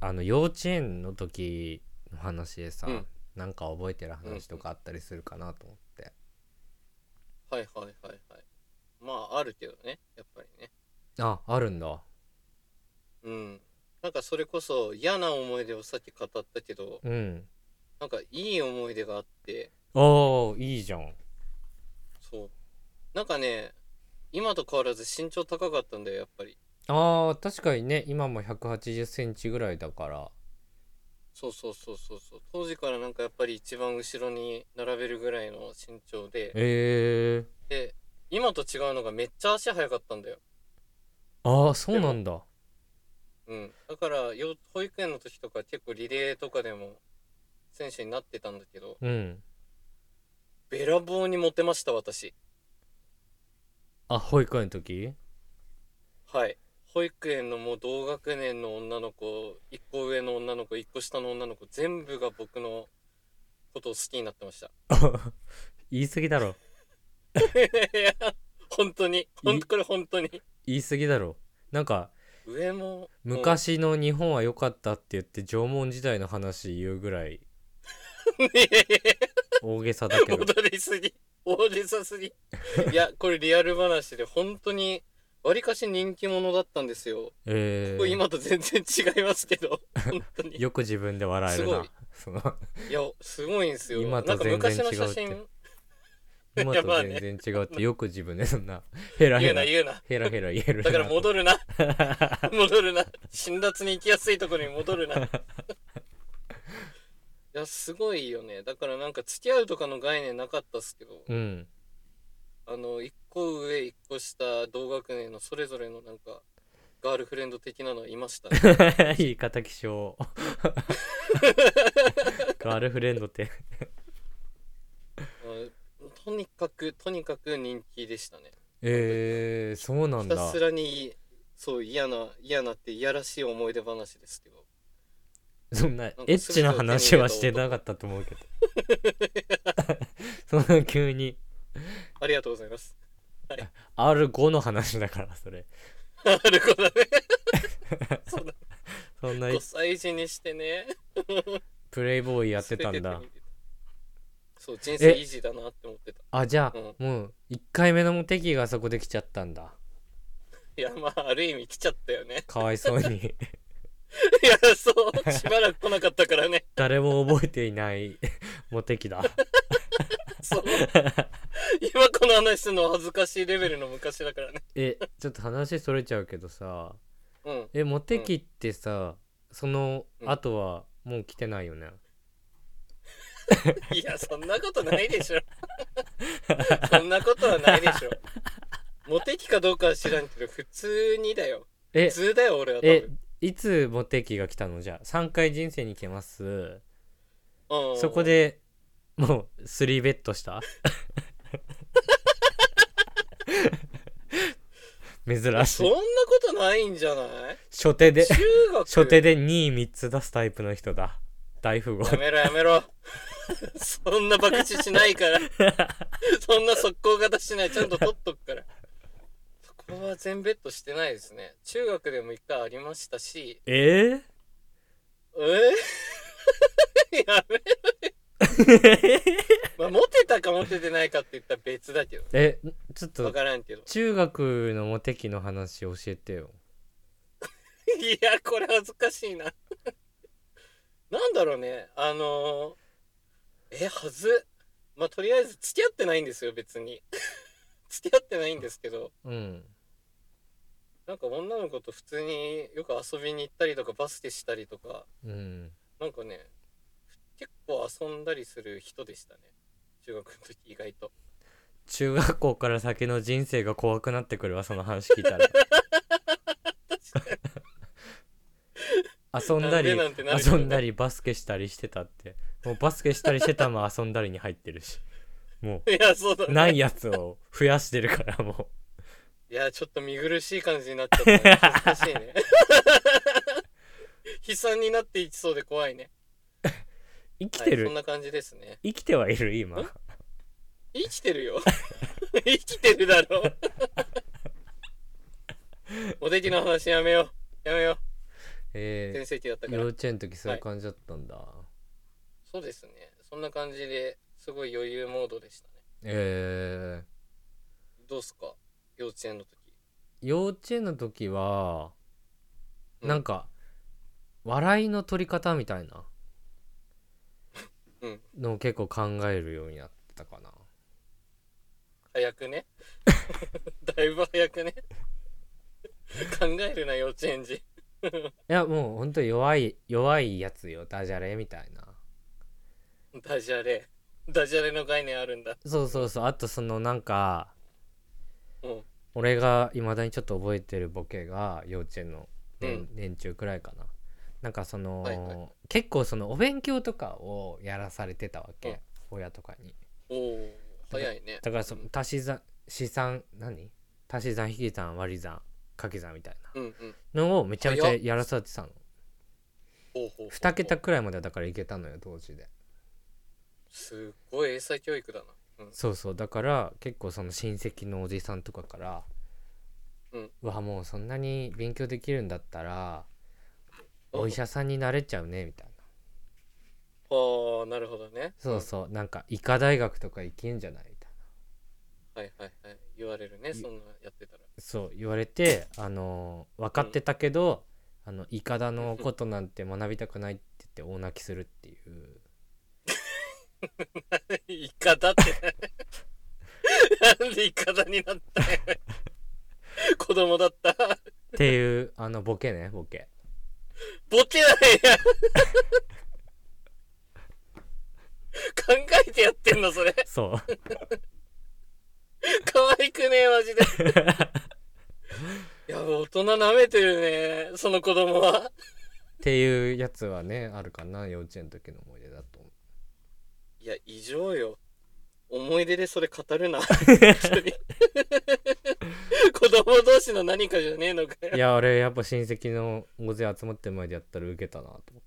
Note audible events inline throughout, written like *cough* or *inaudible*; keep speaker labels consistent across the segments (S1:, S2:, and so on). S1: あの幼稚園の時の話でさ、
S2: うん
S1: なんか覚えてる話とかあったりするかなと思って、
S2: はいはいはいはい。まあ、あるけどね、やっぱりね。
S1: ああるんだ
S2: うん。なんかそれこそ嫌な思い出をさっき語ったけど、
S1: うん
S2: なんかいい思い出があって、
S1: ああいいじゃん
S2: そう。なんかね、今と変わらず身長高かったんだよ、やっぱり。
S1: あー確かにね今も1 8 0センチぐらいだから
S2: そうそうそうそうそう。当時からなんかやっぱり一番後ろに並べるぐらいの身長で、
S1: ええ
S2: で、今と違うのがめっちゃ足速かったんだよ。
S1: ああそうなんだ
S2: うん。だから、よ保育園の時とか結構リレーとかでも選手になってたんだけど、
S1: うん
S2: べらぼうにモテました、私。
S1: あ保育園の時 *laughs*
S2: はい。保育園のもう同学年の女の子、一個上の女の子、一個下の女の子、全部が僕のことを好きになってました。 *laughs*
S1: 言い過ぎだろ
S2: いや本当に。本当これ本当に。
S1: 言い過ぎだろなんか
S2: 上も。
S1: 昔の日本は良かったって言って縄文時代の話言うぐらい
S2: うん。ね
S1: 大げさだけ *laughs* ど
S2: 踊りすぎ。大げさすぎ。いや、これリアル話で、本当に、わりかし人気者だったんですよ。
S1: え *laughs*
S2: これ
S1: え
S2: 今と全然違いますけど。本当に。
S1: よく自分で笑える
S2: すご
S1: ないその
S2: いや、すごいんですよ。
S1: 今と全然
S2: なんか昔の写
S1: 違うっ
S2: 真、
S1: 今
S2: いやま
S1: と
S2: あね
S1: 全然違うってよく自分でそんなヘラ
S2: 言
S1: ヘ
S2: うな
S1: ラ
S2: 言うな。
S1: ヘラヘラ言えるな
S2: だ
S1: *laughs*
S2: から戻るな。 *laughs* 戻るな。辛辣に行きやすいところに
S1: *laughs*
S2: 戻るな。いや、すごいよね。だからなんか付き合うとかの概念なかったっすけど、 *laughs*
S1: うん
S2: あの、一個上、一個下、同学年のそれぞれのなんか、ガールフレンド的なのはいました
S1: *laughs*
S2: ね。
S1: 言い方気
S2: *laughs*
S1: 象ガールフレンドって
S2: あとにかく、とにかく人気でしたね。
S1: えー、そうな
S2: ひ
S1: ん
S2: た
S1: だ
S2: すらに、そう、嫌な、嫌なって、いやらしい思い出話ですけど。
S1: そんなエ
S2: か
S1: ッチな話はしてなかったと思うけどそんな急に
S2: ありがとうございます。 *laughs*
S1: R5 の話だからそれ
S2: なるほどね。そうだ
S1: そんな
S2: 5歳児にしてね。
S1: プレイボーイやってたんだ
S2: 全て手に入れてそう人生
S1: え
S2: イージーだなって思ってた
S1: あじゃあ、
S2: うん
S1: もう1回目のモテ期がそこで来ちゃったんだ
S2: いやまあある意味来ちゃったよね *laughs*
S1: かわいそうに
S2: いやそうしばらく来なかったか
S1: *laughs*
S2: らね
S1: 誰も覚えていないモテ期だ
S2: そう今この話するのは恥ずかしいレベルの昔だからね
S1: えちょっと話それちゃうけどさ
S2: うん
S1: えモテ期ってさ、その
S2: うん
S1: 後はもう来てないよね、
S2: いやそんなことないでしょ *laughs* そんなことはないでしょモテ期かどうかは知らんけど普通にだよ
S1: え
S2: 普通だよ俺は多
S1: え
S2: 分
S1: いつモテ期が来たのじゃあ3回人生に来ます
S2: うん
S1: そこでもう3ベットした
S2: *laughs*
S1: 珍し
S2: そん
S1: い
S2: なことないんじゃない
S1: 初手で
S2: 中学
S1: 初手で2位3つ出すタイプの人だ大富豪
S2: やめろやめろ。 *laughs* そんな爆打しないから。そんな速攻型しない。ちゃんと取っとくから。そこは全ベッドしてないですね。中学でも一回ありましたし。
S1: え
S2: えー *laughs* やめろよ。 *laughs* まあ、モテたかモテてないかって言ったら別だけど。
S1: ー、えちょっ
S2: わ
S1: と
S2: からんけど。 *laughs*
S1: 中学のモテ期の話教えてよ
S2: いや、これ恥ずかしいな。 *laughs* なんだろうね。あのーえ、はず。まあ、とりあえず付き合ってないんですよ、別に。 *laughs* 付き合ってないんですけど、
S1: うん
S2: なんか女の子と普通によく遊びに行ったりとか、バスケしたりとか、
S1: うん
S2: なんかね、結構遊んだりする人でしたね。中学の時意外と。 *laughs*
S1: 中学校から先の人生が怖くなってくるわその話聞い
S2: *laughs*
S1: たら遊んだり
S2: なんでなんてなるけ
S1: 遊
S2: どね
S1: んだりバスケしたりしてたってもうバスケしたりしてたも遊んだりに入ってるしも
S2: いや、そうだ
S1: う
S2: ね。
S1: ないやつを増やしてるからも
S2: いや、ちょっと見苦しい感じになっちゃっ
S1: *laughs*
S2: たね。恥ずかしいね。 *laughs* 悲惨になっていきそうで怖いね。
S1: う生きて
S2: はい、
S1: る、
S2: そんな感じですね。
S1: 生きてはいる今
S2: 生きてるよ *laughs* 生きてる
S1: *laughs*
S2: だろおできの話やめようやめよ
S1: え
S2: 全盛期だった
S1: ー、
S2: か
S1: 幼
S2: ら
S1: 稚園の時そういう感じだったんだ、
S2: そうですねそんな感じですごい余裕モードでしたね
S1: えー、
S2: どうっすか幼稚園の時
S1: 幼稚園の時は、
S2: うん
S1: なんか笑いの取り方みたいな
S2: うん
S1: のを結構考えるようになってたかな
S2: 早くね *laughs* だいぶ早くね考えるな幼稚園児
S1: いやもうほんと弱い弱いやつよダジャレみたいな
S2: ダジャレダジャレの概念あるんだ
S1: そうそうそうあとそのなんか
S2: うん
S1: 俺がいまだにちょっと覚えてるボケが幼稚園の年,、
S2: うん
S1: 年中くらいかななんかその、
S2: はいはい
S1: 結構そのお勉強とかをやらされてたわけ、
S2: うん
S1: 親とかに
S2: おお早いね
S1: だからそ
S2: うん
S1: の足し算試算何足し算引き算割り算掛け算みたい
S2: うんうん
S1: なのをめちゃめちゃ
S2: 早っ
S1: やらされてたの
S2: ほうほうほうほう
S1: 2桁くらいまではだからいけたのよ当時です
S2: っごい英才教育だなうん
S1: そうそうだから結構その親戚のおじさんとかから「
S2: うん
S1: わもうそんなに勉強できるんだったら
S2: うん
S1: お医者さんになれちゃうね」みたいな
S2: ああなるほどね
S1: そうそうなんか医科大学とか行けんじゃないみたいな
S2: うんはいはいはい言われるねそんなやってたら
S1: そう言われてあのー分かってたけど、あのイカダのことなんて学びたくないって言って大泣きするっていう
S2: イカだってなんでイカだになったんや子供だった
S1: っていうあのボケねボケ
S2: ボケないや考えてやってんのそれ
S1: そう
S2: 可愛くねえマジでいや大人舐めてるねその子供は
S1: っていうやつはねあるかな幼稚園の時の思い出だと思
S2: いや異常よ思い出でそれ語るな本当に子供同士の何かじゃねえのか
S1: うい
S2: よ
S1: や俺やっぱ親戚の大勢集まってる前でやったらウケたなと思っ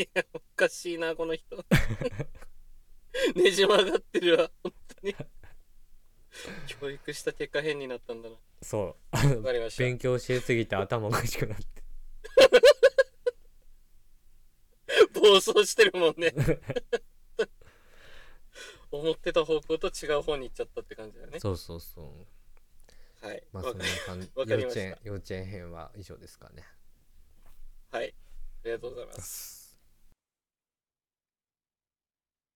S1: て
S2: おかしいなこの人 *laughs* ねじ曲がってるわ本当に教育した結果変になったんだな
S1: そうあの
S2: わかりました
S1: 勉強しすぎて頭おかしくなって
S2: 暴走してるもんね *laughs* 思ってた方向と違う方に行っちゃったって感じだね
S1: そうそうそう
S2: はい、
S1: まあ
S2: わ
S1: そん
S2: か
S1: な感 *laughs* じ
S2: わか
S1: 幼
S2: りまし
S1: 稚
S2: た
S1: 園幼稚園編は以上ですかね
S2: はいありがとうございます
S1: す